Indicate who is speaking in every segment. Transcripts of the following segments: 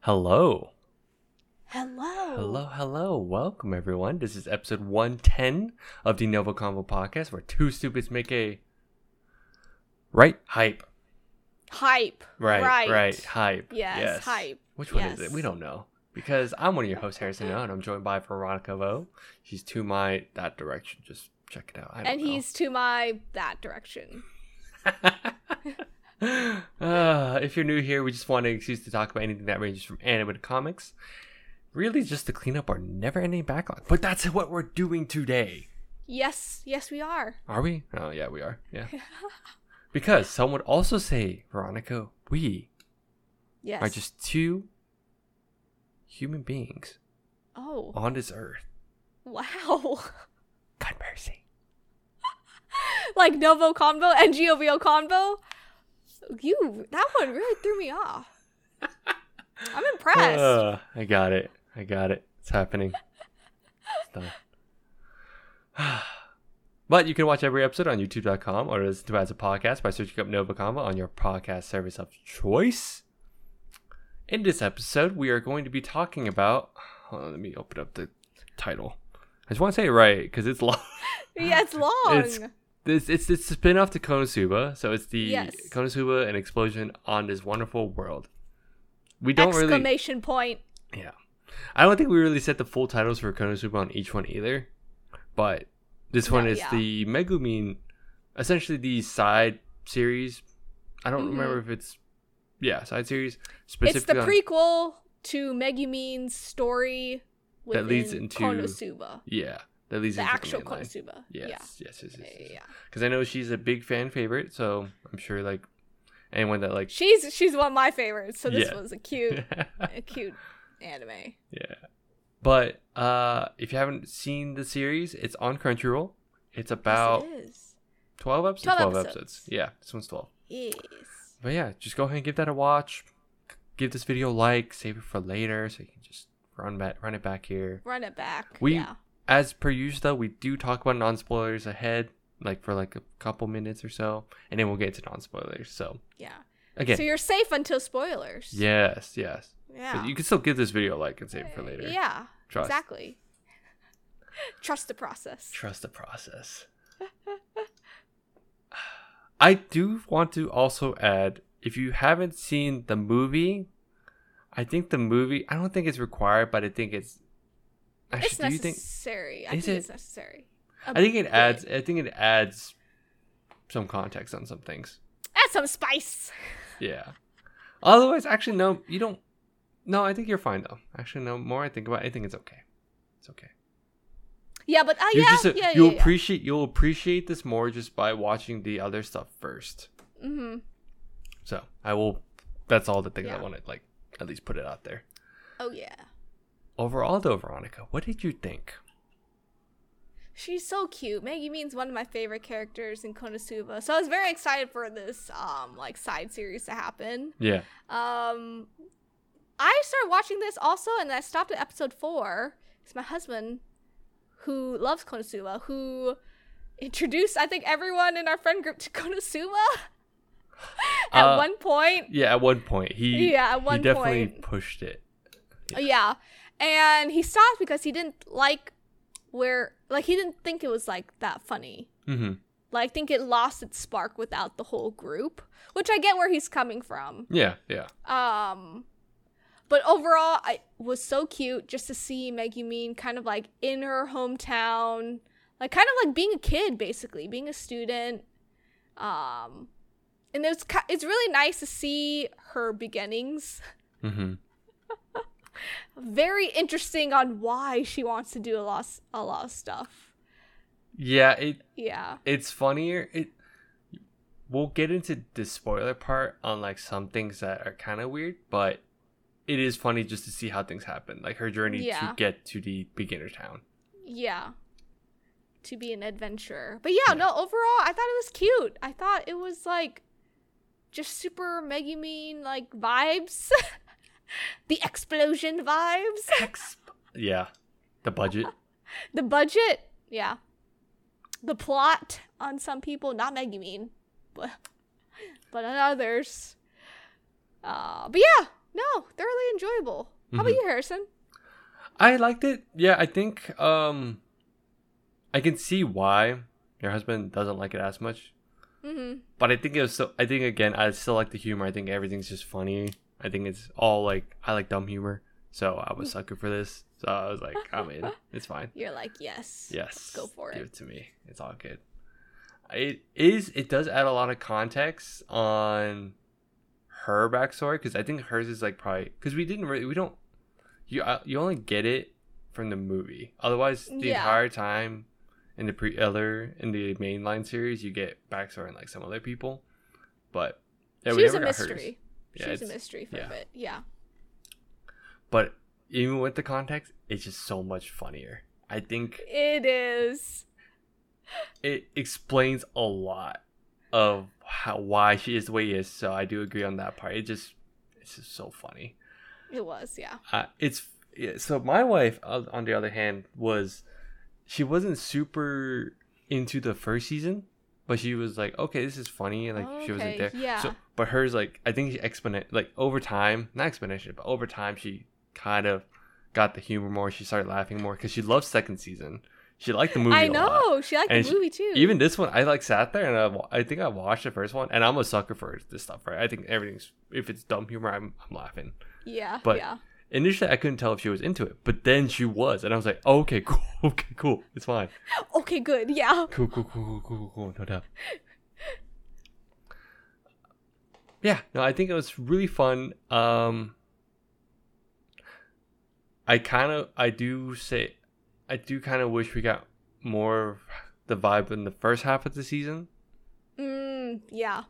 Speaker 1: Hello.
Speaker 2: Hello.
Speaker 1: Hello, hello. Welcome, everyone. This is episode 110 of the Novo Convo podcast where two stupids make a. Right? Hype.
Speaker 2: Hype.
Speaker 1: Right. Right.
Speaker 2: Right.
Speaker 1: Hype.
Speaker 2: Yes, hype.
Speaker 1: Which one is
Speaker 2: Yes.
Speaker 1: it? We don't know. Because I'm one of your hosts, Harrison O, and I'm joined by Veronica Vo. She's to my that direction. Just check it out. I don't
Speaker 2: And
Speaker 1: know.
Speaker 2: he's to my that direction.
Speaker 1: uh, if you're new here, we just want an excuse to talk about anything that ranges from anime to comics. Really, just to clean up our never ending backlog. But that's what we're doing today.
Speaker 2: Yes, yes, we are.
Speaker 1: Are we? Oh, yeah, we are. Yeah. because some would also say, Veronica, we
Speaker 2: Yes.
Speaker 1: are just two human beings
Speaker 2: Oh,
Speaker 1: on this earth
Speaker 2: wow.
Speaker 1: conversing.
Speaker 2: like Novo Convo and Govio Convo. You, that one really threw me off. I'm impressed.
Speaker 1: Uh, I got it. I got it. It's happening. It's done. but you can watch every episode on youtube.com or listen to it as a podcast by searching up Nova Convo on your podcast service of choice. In this episode, we are going to be talking about. hold on, let me open up the title. I just want to say it right because it's long.
Speaker 2: yeah, it's long.
Speaker 1: It's- This it's it's a spin off to Konosuba, so it's the
Speaker 2: Yes.
Speaker 1: Konosuba and explosion on this wonderful world. We don't really
Speaker 2: Exclamation point.
Speaker 1: yeah. I don't think we really set the full titles for Konosuba on each one either. But this
Speaker 2: No,
Speaker 1: one is
Speaker 2: yeah.
Speaker 1: the Megumin, essentially the side series. I don't
Speaker 2: Mhm.
Speaker 1: remember if it's, yeah, side series.
Speaker 2: It's the
Speaker 1: on-
Speaker 2: prequel to Megumin's story
Speaker 1: That leads
Speaker 2: within
Speaker 1: into-
Speaker 2: Konosuba.
Speaker 1: Yeah, that leads
Speaker 2: The
Speaker 1: into
Speaker 2: actual
Speaker 1: the main line.
Speaker 2: Konosuba.
Speaker 1: Yes,
Speaker 2: Yeah.
Speaker 1: yes, yes, yes.
Speaker 2: Yeah,
Speaker 1: yes.
Speaker 2: yeah.
Speaker 1: Because I know she's a big fan favorite, so I'm sure like anyone that like,
Speaker 2: She's she's one of my favorites, so this
Speaker 1: Yeah.
Speaker 2: was a cute
Speaker 1: yeah.
Speaker 2: a cute anime.
Speaker 1: But uh, if you haven't seen the series, it's on Crunchyroll. It's about
Speaker 2: Yes, it is.
Speaker 1: 12 episodes?
Speaker 2: 12
Speaker 1: episodes.
Speaker 2: episodes.
Speaker 1: Yeah, this one's 12.
Speaker 2: Yes.
Speaker 1: But yeah, just go ahead and give that a watch. Give this video a like, save it for later so you can just run back run it back here.
Speaker 2: Run it back.
Speaker 1: We-
Speaker 2: yeah.
Speaker 1: As per usual though, we do talk about non spoilers ahead, like for like a couple minutes or so, and then we'll get to non spoilers. So
Speaker 2: Yeah.
Speaker 1: again
Speaker 2: So you're safe until spoilers.
Speaker 1: Yes, yes.
Speaker 2: Yeah.
Speaker 1: But you can still give this video a like and save it for later.
Speaker 2: Yeah.
Speaker 1: Trust.
Speaker 2: Exactly. Trust the process.
Speaker 1: Trust the process. I do want to also add if you haven't seen the movie, I think the movie, I don't think it's required, but I think it's. Actually,
Speaker 2: it's
Speaker 1: do you think.
Speaker 2: necessary. I
Speaker 1: Is
Speaker 2: think
Speaker 1: it-
Speaker 2: it's necessary. I
Speaker 1: I think it adds. I think it adds some context on some things.
Speaker 2: Add some spice.
Speaker 1: Yeah. Otherwise, actually, no, you don't. No, I think you're fine though. Actually, no. More I think about, it, I think it's okay. It's okay.
Speaker 2: Yeah, but uh,
Speaker 1: You're
Speaker 2: yeah,
Speaker 1: just a-
Speaker 2: yeah,
Speaker 1: you'll
Speaker 2: yeah,
Speaker 1: appreciate you'll appreciate this more just by watching the other stuff first.
Speaker 2: yeah. Mm-hmm.
Speaker 1: So I will. That's all the things I
Speaker 2: Yeah.
Speaker 1: want to like at least put it out there.
Speaker 2: Oh yeah.
Speaker 1: Overall, though, Veronica, what did you think?
Speaker 2: She's so cute. Maggie Mean's one of my favorite characters in Konosuba. So I was very excited for this um like side series to happen.
Speaker 1: Yeah.
Speaker 2: Um, I started watching this also, and I stopped at episode four. It's my husband, who loves Konosuba, who introduced I think everyone in our friend group to Konosuba at
Speaker 1: Uh,
Speaker 2: one point.
Speaker 1: Yeah. At one point, he
Speaker 2: Yeah, at one
Speaker 1: he definitely
Speaker 2: point.
Speaker 1: pushed it.
Speaker 2: Yeah. and he stopped because he didn't like where like he didn't think it was like that funny.
Speaker 1: hmm
Speaker 2: Like, I think it lost its spark without the whole group, which I get where he's coming from.
Speaker 1: Yeah. Yeah.
Speaker 2: Um, but overall, I was so cute just to see Maggie Mean kind of like in her hometown, like kind of like being a kid, basically being a student. Um, and it's ki- it's really nice to see her beginnings.
Speaker 1: hmm
Speaker 2: Very interesting on why she wants to do a lot s- a lot of stuff.
Speaker 1: Yeah. It
Speaker 2: Yeah.
Speaker 1: it's funnier. It we'll get into the spoiler part on like some things that are kind of weird, but it is funny just to see how things happen, like her journey to
Speaker 2: Yeah.
Speaker 1: get to the beginner town.
Speaker 2: Yeah. To be an adventurer. But yeah, no, overall, I thought it was cute. I thought it was like just super Maggie Mean like vibes. the explosion vibes.
Speaker 1: yeah. The budget.
Speaker 2: The budget. Yeah. The plot on some people, not Maggie Mean, but but on others. Uh, but yeah, No, thoroughly enjoyable. How about
Speaker 1: Mhm.
Speaker 2: you, Harrison?
Speaker 1: I liked it. Yeah, I think um I can see why your husband doesn't like it as much.
Speaker 2: Mm-hmm.
Speaker 1: But I think it was so I think again, I still like the humor. I think everything's just funny. I think it's all like I like dumb humor. So I was sucker for this. So I was like, I'm in. It's fine.
Speaker 2: You're like, yes.
Speaker 1: Yes.
Speaker 2: go for
Speaker 1: Give
Speaker 2: it.
Speaker 1: it to me. It's all good. It is it does add a lot of context on her backstory because I think hers is like probably because we didn't really we don't you uh, you only get it from the movie. Otherwise, the
Speaker 2: Yeah.
Speaker 1: entire time in the pre other in the mainline series, you get backstory on like some other people, but yeah,
Speaker 2: she
Speaker 1: we
Speaker 2: was a
Speaker 1: never got hers.
Speaker 2: mystery.
Speaker 1: Yeah,
Speaker 2: she was a
Speaker 1: it's-
Speaker 2: mystery for
Speaker 1: yeah.
Speaker 2: a bit. Yeah.
Speaker 1: But even with the context, it's just so much funnier. I think
Speaker 2: It is.
Speaker 1: it explains a lot of how, why she is the way she is. So I do agree on that part. It just it's just so funny.
Speaker 2: It was, yeah.
Speaker 1: Uh, it's yeah, so my wife on on the other hand was she wasn't super into the first season, but she was like, okay, this is funny, and like she wasn't
Speaker 2: Okay,
Speaker 1: there. So,
Speaker 2: yeah.
Speaker 1: but hers like I think she exponent like over time, not exponentially, but over time she kind of got the humor more. She started laughing more because she loves second season. She liked the movie.
Speaker 2: I
Speaker 1: a lot.
Speaker 2: know. She liked
Speaker 1: And
Speaker 2: the
Speaker 1: she-
Speaker 2: movie too.
Speaker 1: Even this one, I like sat there and I, wa- I think I watched the first one, and I'm a sucker for this stuff, right? I think everything's if it's dumb humor, I'm, I'm laughing.
Speaker 2: Yeah.
Speaker 1: but-
Speaker 2: yeah.
Speaker 1: Initially, I couldn't tell if she was into it, but then she was, and I was like, oh, okay, cool, okay, cool, it's fine,
Speaker 2: Okay, good. Yeah.
Speaker 1: cool, cool, cool, cool, cool, cool, cool, no doubt. Yeah, no, I think it was really fun. Um, I kind of, I do say, I do kind of wish we got more of the vibe in the first half of the season.
Speaker 2: Mm, yeah.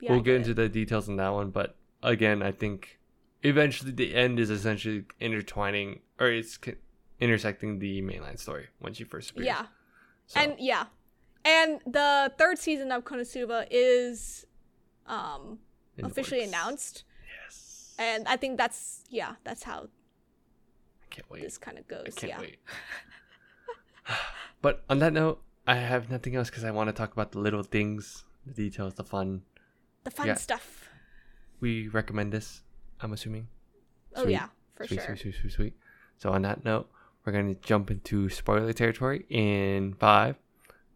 Speaker 2: Yeah,
Speaker 1: we'll
Speaker 2: I
Speaker 1: get
Speaker 2: it.
Speaker 1: into the details on that one, but again, I think eventually the end is essentially intertwining or it's co- intersecting the mainline story when she first appears.
Speaker 2: Yeah.
Speaker 1: So,
Speaker 2: And yeah. And the third season of Konosuba is um
Speaker 1: in the
Speaker 2: officially
Speaker 1: works.
Speaker 2: announced.
Speaker 1: Yes.
Speaker 2: And I think that's yeah, that's how
Speaker 1: I can't wait.
Speaker 2: this kind of
Speaker 1: I
Speaker 2: goes.
Speaker 1: can't
Speaker 2: yeah.
Speaker 1: wait. but on that note, I have nothing else because I want to talk about the little things, the details, the fun.
Speaker 2: The fun
Speaker 1: Yeah.
Speaker 2: stuff.
Speaker 1: We recommend this, I'm assuming.
Speaker 2: Oh
Speaker 1: Sweet.
Speaker 2: yeah, for
Speaker 1: sweet,
Speaker 2: sure.
Speaker 1: sweet, sweet, sweet, sweet. So on that note, we're gonna jump into spoiler territory in five,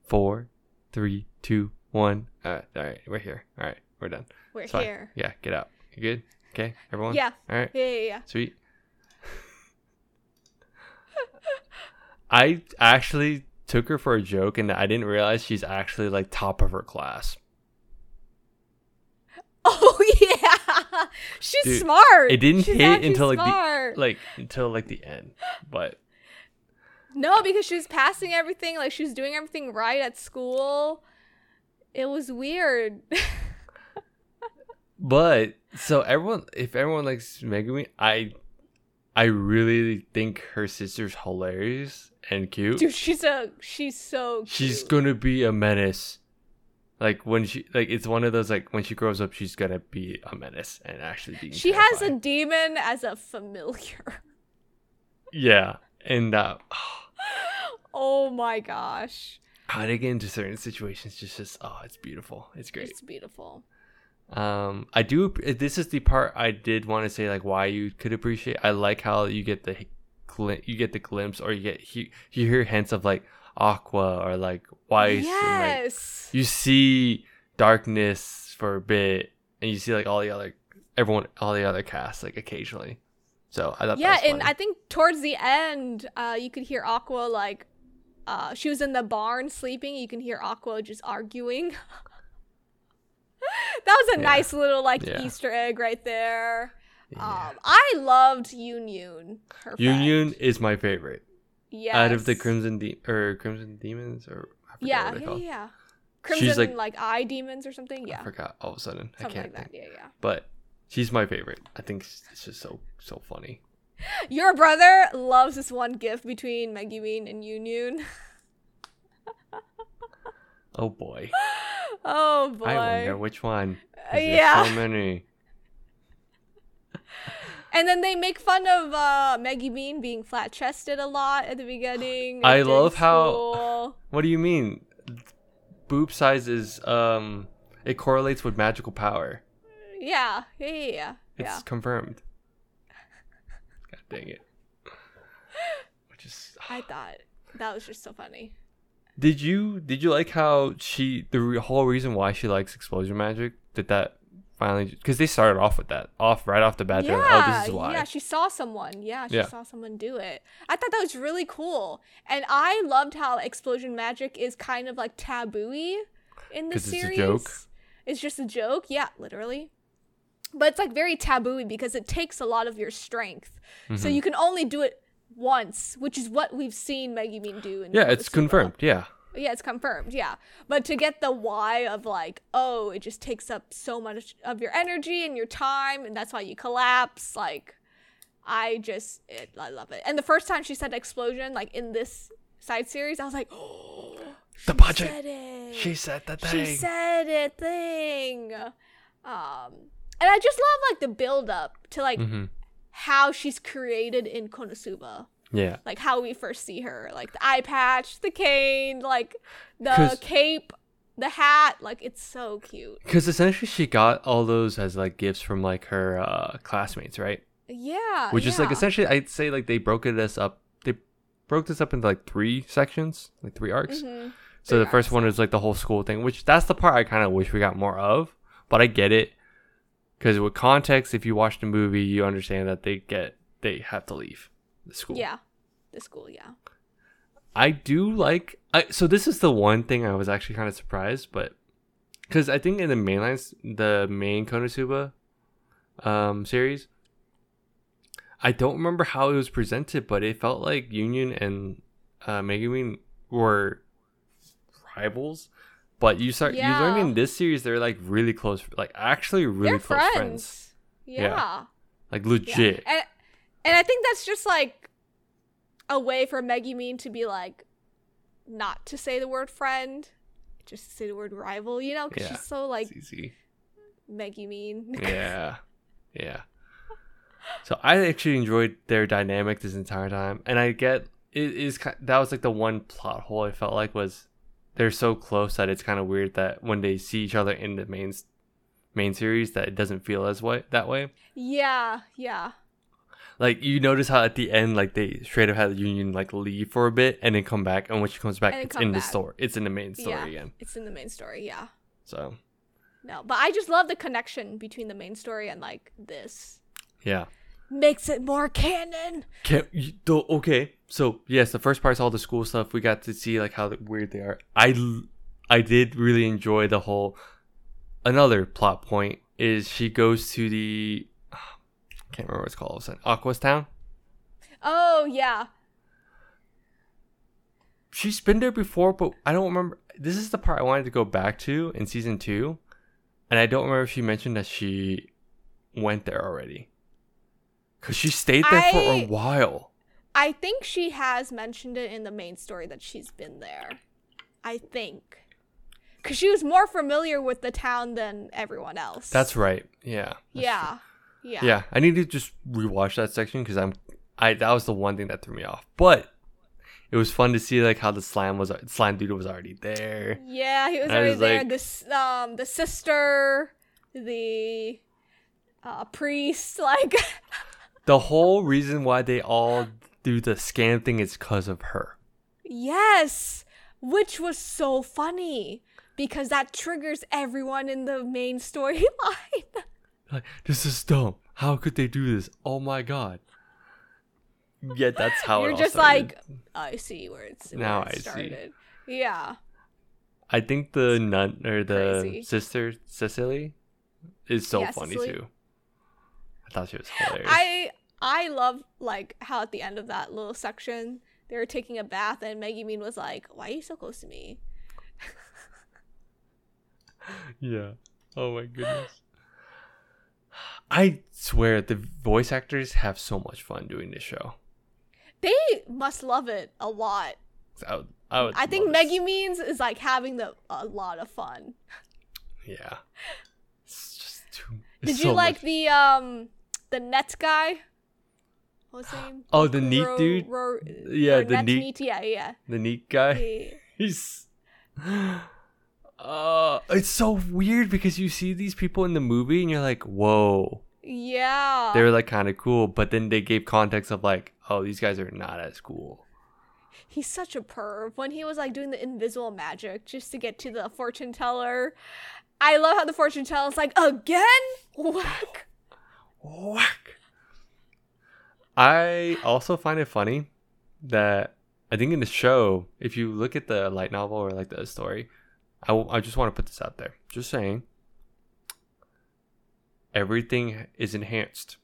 Speaker 1: four, three, two, one. All right, all right, we're here. All right, we're done.
Speaker 2: We're
Speaker 1: It's fine.
Speaker 2: here.
Speaker 1: Yeah, get out. You good? Okay, everyone.
Speaker 2: Yeah.
Speaker 1: All right.
Speaker 2: Yeah, yeah, yeah.
Speaker 1: Sweet. I actually took her for a joke, and I didn't realize she's actually like top of her class.
Speaker 2: Oh yeah. She's
Speaker 1: Dude,
Speaker 2: smart.
Speaker 1: it didn't
Speaker 2: She's
Speaker 1: hit
Speaker 2: actually
Speaker 1: until, like, the-
Speaker 2: smart.
Speaker 1: Like until like the end, but
Speaker 2: No, because she was passing everything, like she was doing everything right at school. It was weird.
Speaker 1: But so everyone, if everyone likes Megumi, I, I really think her sister's hilarious and cute.
Speaker 2: Dude, she's a she's so cute.
Speaker 1: she's gonna be a menace. Like when she, like it's one of those like when she grows up, she's gonna be a menace and actually be.
Speaker 2: She has a
Speaker 1: terrifying.
Speaker 2: demon as a familiar.
Speaker 1: yeah, and uh,
Speaker 2: Oh my gosh.
Speaker 1: how they get into certain situations, just just oh, it's beautiful, it's great.
Speaker 2: It's beautiful.
Speaker 1: Um, I do. This is the part I did want to say, like why you could appreciate. I like how you get the glim- you get the glimpse, or you get you, you hear hints of like aqua or like Weiss. And, like,
Speaker 2: Yes.
Speaker 1: you see darkness for a bit, and you see like all the other everyone, all the other casts like occasionally. So I thought
Speaker 2: yeah,
Speaker 1: that was
Speaker 2: and I
Speaker 1: funny.
Speaker 2: think towards the end, uh, you could hear Aqua like uh, she was in the barn sleeping. You can hear Aqua just arguing. that was a
Speaker 1: Yeah.
Speaker 2: nice little like
Speaker 1: Yeah.
Speaker 2: Easter egg right there.
Speaker 1: yeah.
Speaker 2: Um, I loved Yunyun. Her
Speaker 1: Union
Speaker 2: friend.
Speaker 1: is my favorite
Speaker 2: Yes.
Speaker 1: out of the crimson de- or crimson demons or I forgot
Speaker 2: Yeah,
Speaker 1: what they're
Speaker 2: yeah,
Speaker 1: called.
Speaker 2: yeah.
Speaker 1: She's
Speaker 2: Crimson like,
Speaker 1: like-
Speaker 2: eye demons or something.
Speaker 1: I
Speaker 2: Yeah,
Speaker 1: forgot all of a sudden. I
Speaker 2: something
Speaker 1: can't
Speaker 2: like
Speaker 1: think.
Speaker 2: that. Yeah, yeah.
Speaker 1: but she's my favorite. I think it's just so so funny.
Speaker 2: Your brother loves this one gif between Megumin and Yunyun.
Speaker 1: Oh boy,
Speaker 2: Oh boy.
Speaker 1: I wonder which one. 'cause
Speaker 2: Uh,
Speaker 1: there's
Speaker 2: yeah.
Speaker 1: so many.
Speaker 2: And then they make fun of uh, Maggie Bean being flat chested a lot at the beginning. and
Speaker 1: I
Speaker 2: during
Speaker 1: love how-
Speaker 2: school.
Speaker 1: What do you mean? Boob size is um, it correlates with magical power.
Speaker 2: Yeah, yeah, yeah, yeah.
Speaker 1: It's
Speaker 2: Yeah.
Speaker 1: confirmed. God dang it. Which is
Speaker 2: I thought that was just so funny.
Speaker 1: Did you did you like how she the re- whole reason why she likes explosion magic did that finally because they started off with that off right off the bat they're like, oh this is why
Speaker 2: yeah, she saw someone. Yeah, she
Speaker 1: Yeah.
Speaker 2: saw someone do it. I thought that was really cool. And I loved how explosion magic is kind of like taboo in the
Speaker 1: 'Cause it's
Speaker 2: series.
Speaker 1: a joke.
Speaker 2: It's just a joke. Yeah, literally. But it's like very taboo because it takes a lot of your strength.
Speaker 1: Mm-hmm.
Speaker 2: So you can only do it once, which is what we've seen Megumin do in
Speaker 1: yeah it's
Speaker 2: Konosuba.
Speaker 1: confirmed yeah
Speaker 2: Yeah, it's confirmed. Yeah. But to get the why of like, oh, it just takes up so much of your energy and your time, and that's why you collapse. Like, I just, it, I love it. And the first time she said explosion, like in this side series, I was like, oh,
Speaker 1: The
Speaker 2: she
Speaker 1: budget.
Speaker 2: said it.
Speaker 1: she said the
Speaker 2: She
Speaker 1: thing
Speaker 2: said it thing. Um, and I just love like the build up to like
Speaker 1: Mhm.
Speaker 2: how she's created in Konosuba
Speaker 1: yeah
Speaker 2: like how we first see her like the eye patch the cane like the
Speaker 1: 'Cause-
Speaker 2: cape the hat like it's so cute
Speaker 1: because essentially she got all those as like gifts from like her uh, classmates right
Speaker 2: yeah
Speaker 1: which is like
Speaker 2: Uh, yeah.
Speaker 1: essentially I'd say like they broke it us up they broke this up into like three sections like three arcs
Speaker 2: Mhm.
Speaker 1: So the
Speaker 2: Three
Speaker 1: first
Speaker 2: arcs,
Speaker 1: one is like the whole school thing, which that's the part I kind of wish we got more of, but I get it because with context, if you watch the movie, you understand that they get they have to leave the school.
Speaker 2: yeah the school yeah
Speaker 1: I do like. I so this is the one thing I was actually kind of surprised, but because I think in the main lines, the main Konosuba um, series, I don't remember how it was presented, but it felt like Union and uh, Megumin were rivals. But you start
Speaker 2: Yeah.
Speaker 1: you learn in this series they're like really close, like actually really
Speaker 2: they're
Speaker 1: close
Speaker 2: friends,
Speaker 1: friends.
Speaker 2: Yeah.
Speaker 1: Yeah. like
Speaker 2: yeah
Speaker 1: legit.
Speaker 2: And, and i think that's just like a way for Meggy mean to be like not to say the word friend just to say the word rival you know because
Speaker 1: Yeah.
Speaker 2: she's so like
Speaker 1: It's easy.
Speaker 2: Meggy mean
Speaker 1: yeah yeah so i actually enjoyed their dynamic this entire time and i get it is ki- that was like the one plot hole i felt like was they're so close that it's kind of weird that when they see each other in the main s- main series that it doesn't feel as way that way
Speaker 2: yeah yeah
Speaker 1: like you notice how at the end like they straight up had the union like leave for a bit and then come back and when she comes back
Speaker 2: And then
Speaker 1: it's
Speaker 2: come
Speaker 1: in
Speaker 2: back.
Speaker 1: the store it's in the main story
Speaker 2: Yeah.
Speaker 1: again
Speaker 2: it's in the main story yeah
Speaker 1: so
Speaker 2: No, but I just love the connection between the main story and like this.
Speaker 1: yeah
Speaker 2: Makes it more canon.
Speaker 1: Can you, though, okay, so yes, the first part's all the school stuff. We got to see like how weird they are. I l- I did really enjoy the whole. Another plot point is she goes to the can't remember what it's called. all of a sudden. Aqua's town.
Speaker 2: Oh yeah.
Speaker 1: She's been there before, but I don't remember. This is the part I wanted to go back to in season two, and I don't remember if she mentioned that she went there already. Cause she stayed there for a
Speaker 2: I-
Speaker 1: while.
Speaker 2: I think she has mentioned it in the main story that she's been there. I think. Cause she was more familiar with the town than everyone else.
Speaker 1: That's right. Yeah. that's true.
Speaker 2: yeah. Yeah.
Speaker 1: Yeah, I need to just rewatch that section because I'm, I that was the one thing that threw me off. But it was fun to see like how the slime was slime dude was already there.
Speaker 2: Yeah, he was
Speaker 1: And I
Speaker 2: already
Speaker 1: was
Speaker 2: there.
Speaker 1: like-
Speaker 2: This um the sister, the uh, priest, like
Speaker 1: The whole reason why they all do the scam thing is because of her.
Speaker 2: Yes, which was so funny because that triggers everyone in the main storyline.
Speaker 1: Like this is dumb. How could they do this? Oh my god. Yeah, that's how it
Speaker 2: You're
Speaker 1: all
Speaker 2: just
Speaker 1: started.
Speaker 2: like, I see where it's where
Speaker 1: Now
Speaker 2: it
Speaker 1: I see.
Speaker 2: started. Yeah,
Speaker 1: I think the nun or the
Speaker 2: Crazy.
Speaker 1: sister Cecily is so
Speaker 2: Yeah,
Speaker 1: funny
Speaker 2: Cecily.
Speaker 1: too. I thought she was hilarious.
Speaker 2: I I love like how at the end of that little section they were taking a bath and Maggie Mean was like, "Why are you so close to me?"
Speaker 1: Yeah. Oh my goodness. I swear the voice actors have so much fun doing this show.
Speaker 2: They must love it a lot.
Speaker 1: I would, I, would
Speaker 2: I think
Speaker 1: love
Speaker 2: Maggie Means is like having the a lot of fun.
Speaker 1: it. Yeah. It's just too. it's
Speaker 2: Did
Speaker 1: so
Speaker 2: you like
Speaker 1: much-
Speaker 2: the um the Nets guy? What was his name?
Speaker 1: Oh, the neat dude?
Speaker 2: Ro-
Speaker 1: Yeah,
Speaker 2: or
Speaker 1: the
Speaker 2: Nets
Speaker 1: neat-
Speaker 2: Yeah, yeah.
Speaker 1: the neat guy?
Speaker 2: He-
Speaker 1: He's. Uh, it's so weird because you see these people in the movie and you're like, whoa,
Speaker 2: Yeah.
Speaker 1: They were like kind of cool, but then they gave context of like, oh, these guys are not as cool.
Speaker 2: He's such a perv. When he was like doing the invisible magic just to get to the fortune teller, I love how the fortune teller's like, again? Whack.
Speaker 1: Whack. I also find it funny that I think in the show, if you look at the light novel or like the story, I, w- I just want to put this out there. Just saying, everything is enhanced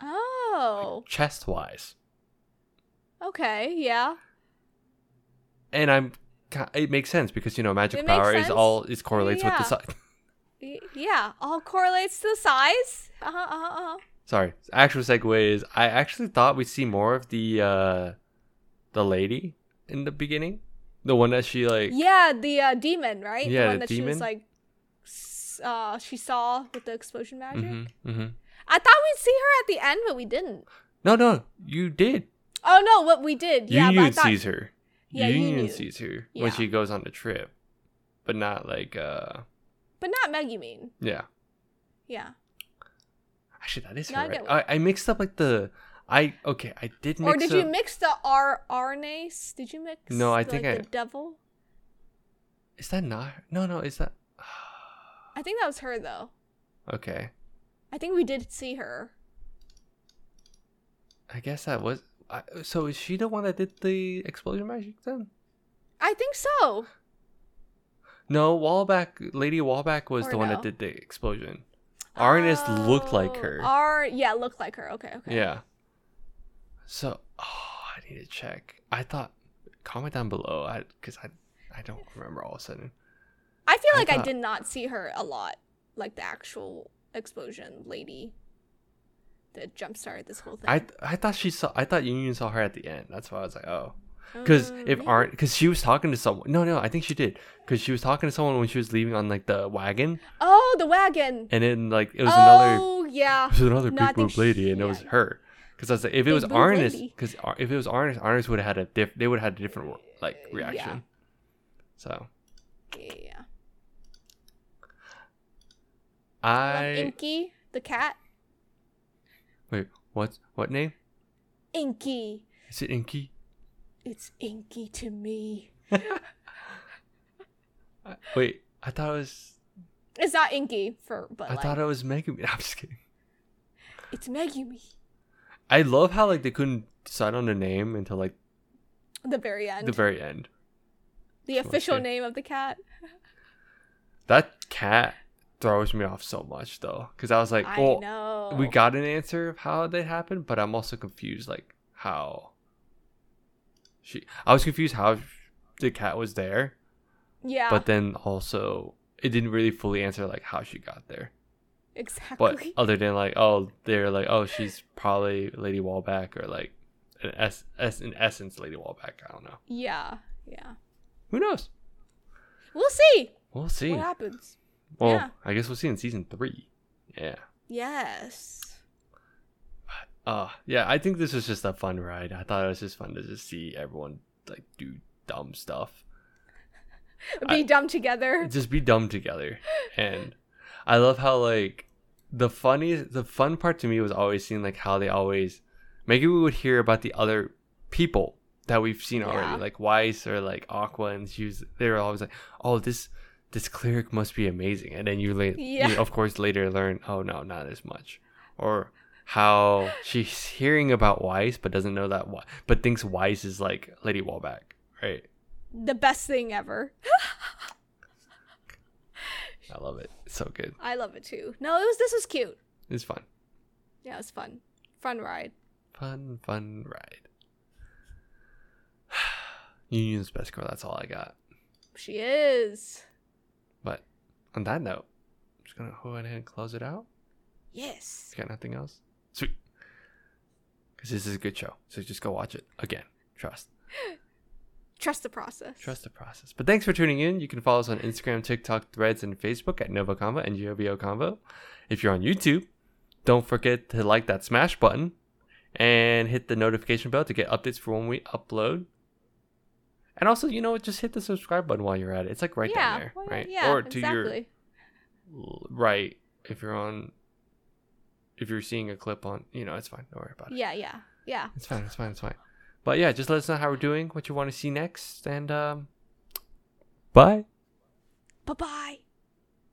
Speaker 2: Oh.
Speaker 1: chest wise,
Speaker 2: Okay, yeah.
Speaker 1: and I'm ki- it makes sense because you know magic
Speaker 2: It makes
Speaker 1: power is
Speaker 2: sense.
Speaker 1: all is correlates with the
Speaker 2: Yeah.
Speaker 1: size.
Speaker 2: Y- Yeah, all correlates to the size. Uh huh, uh huh, uh huh.
Speaker 1: Sorry, actual segue is I actually thought we'd see more of the uh the lady in the beginning, the one that she like
Speaker 2: Yeah, the uh, demon, right?
Speaker 1: Yeah,
Speaker 2: the one
Speaker 1: the
Speaker 2: that she
Speaker 1: demon.
Speaker 2: was like, s- uh, she saw with the explosion magic.
Speaker 1: hmm hmm
Speaker 2: I thought we'd see her at the end, but we didn't.
Speaker 1: No, no, you did.
Speaker 2: Oh no, what we did? yeah, but
Speaker 1: Union
Speaker 2: I thought
Speaker 1: sees her.
Speaker 2: Yeah,
Speaker 1: Union
Speaker 2: Union.
Speaker 1: sees her
Speaker 2: Yeah.
Speaker 1: when she goes on the trip, but not like uh
Speaker 2: But not Megumin.
Speaker 1: yeah.
Speaker 2: Yeah.
Speaker 1: Actually, that is
Speaker 2: No, I
Speaker 1: her.
Speaker 2: get
Speaker 1: Right?
Speaker 2: what-
Speaker 1: I, I mixed up like the I okay. I did mix
Speaker 2: or did
Speaker 1: up.
Speaker 2: you mix the R RNAs? Did you mix?
Speaker 1: No, I
Speaker 2: the,
Speaker 1: think I-
Speaker 2: like, the devil.
Speaker 1: is that not? her? No, no. Is that
Speaker 2: I think that was her though.
Speaker 1: okay?
Speaker 2: I think we did see her.
Speaker 1: I guess that was. I, so is she the one that did the explosion magic then?
Speaker 2: I think so.
Speaker 1: No, Wallback, Lady Wallback was
Speaker 2: Or
Speaker 1: the one
Speaker 2: no.
Speaker 1: that did the explosion. Arnis looked like
Speaker 2: Oh,
Speaker 1: her.
Speaker 2: R yeah, looked like her. Okay, okay.
Speaker 1: Yeah. So, oh, I need to check. I thought comment down below, I because I I don't remember all of a sudden.
Speaker 2: I feel
Speaker 1: I
Speaker 2: like I
Speaker 1: thought-
Speaker 2: did not see her a lot, like the actual explosion lady that jump started this whole thing.
Speaker 1: I I thought she saw. I thought Union saw her at the end. That's why I was like, oh, because
Speaker 2: Uh,
Speaker 1: if
Speaker 2: maybe.
Speaker 1: aren't because she was talking to someone. No, no, I think she did because she was talking to someone when she was leaving on like the wagon,
Speaker 2: oh the wagon.
Speaker 1: and then like it was another
Speaker 2: oh yeah.
Speaker 1: it was another
Speaker 2: No, I
Speaker 1: big
Speaker 2: think
Speaker 1: boob lady,
Speaker 2: she-
Speaker 1: and it
Speaker 2: yeah,
Speaker 1: was
Speaker 2: yeah.
Speaker 1: her. Because I was like, if it
Speaker 2: Big
Speaker 1: was
Speaker 2: boob
Speaker 1: Arnis,
Speaker 2: lady.
Speaker 1: because if it was Arnis, Arnis would have had a diff. They would have had a different like
Speaker 2: Yeah.
Speaker 1: reaction. So
Speaker 2: Yeah. yeah.
Speaker 1: I
Speaker 2: I... Inky the cat.
Speaker 1: Wait, what? What name?
Speaker 2: Inky.
Speaker 1: Is it Inky?
Speaker 2: It's inky to me.
Speaker 1: I, wait, I thought it was.
Speaker 2: It's not inky for, but
Speaker 1: I
Speaker 2: like,
Speaker 1: thought it was Megumi. I'm just kidding.
Speaker 2: it's Megumi.
Speaker 1: I love how like they couldn't decide on the name until like
Speaker 2: The very end.
Speaker 1: the
Speaker 2: The,
Speaker 1: very end. must
Speaker 2: official
Speaker 1: be.
Speaker 2: name of the cat.
Speaker 1: That cat throws me off so much though, because I was like,
Speaker 2: I
Speaker 1: well,
Speaker 2: know.
Speaker 1: we got an answer of how that happened, but I'm also confused like how. She, I was confused how the cat was there,
Speaker 2: Yeah.
Speaker 1: but then also it didn't really fully answer like how she got there. But
Speaker 2: exactly.
Speaker 1: other than like, oh, they're like, oh, she's probably Lady Wallback or like, an es- es- in essence, Lady Wallback. I don't know.
Speaker 2: yeah. Yeah.
Speaker 1: Who knows?
Speaker 2: We'll see
Speaker 1: We'll see.
Speaker 2: what happens.
Speaker 1: well,
Speaker 2: yeah.
Speaker 1: I guess we'll see in season three. Yeah.
Speaker 2: Yes.
Speaker 1: Uh yeah. I think this was just a fun ride. I thought it was just fun to just see everyone like do dumb stuff,
Speaker 2: Be dumb together.
Speaker 1: just be dumb together, and I love how like the funny, the fun part to me was always seeing like how they always maybe we would hear about the other people that we've seen
Speaker 2: Yeah.
Speaker 1: already, like Weiss or like Aqua, and she was they were always like, oh, this this cleric must be amazing, and then you later,
Speaker 2: Yeah.
Speaker 1: you of course later learn, oh no, not as much, or how she's hearing about Weiss but doesn't know that Weiss, but thinks Weiss is like Lady Wallback, right?
Speaker 2: The best thing ever.
Speaker 1: I love it. It's so good.
Speaker 2: I love it too. No, it was this was cute.
Speaker 1: It's fun,
Speaker 2: Yeah, it was fun. Fun ride.
Speaker 1: fun, fun ride. Union's best girl. That's all I got.
Speaker 2: She is.
Speaker 1: But on that note, I'm just gonna go ahead and close it out.
Speaker 2: Yes.
Speaker 1: It's got nothing else. Sweet. Because this is a good show. So just go watch it again. Trust.
Speaker 2: Trust the process.
Speaker 1: Trust the process. But thanks for tuning in. You can follow us on Instagram, TikTok, Threads, and Facebook at Nova Convo and GOVO Convo. If you're on YouTube, don't forget to like that smash button and hit the notification bell to get updates for when we upload. And also, you know what? Just hit the subscribe button while you're at it. It's like right
Speaker 2: yeah.
Speaker 1: down there,
Speaker 2: why not?
Speaker 1: right?
Speaker 2: Yeah.
Speaker 1: or to
Speaker 2: exactly.
Speaker 1: your l- right if you're on if you're seeing a clip on you know it's fine don't worry about it
Speaker 2: Yeah, yeah, yeah.
Speaker 1: it's fine it's fine it's fine but yeah just let us know how we're doing what you want to see next and um bye
Speaker 2: Bye bye.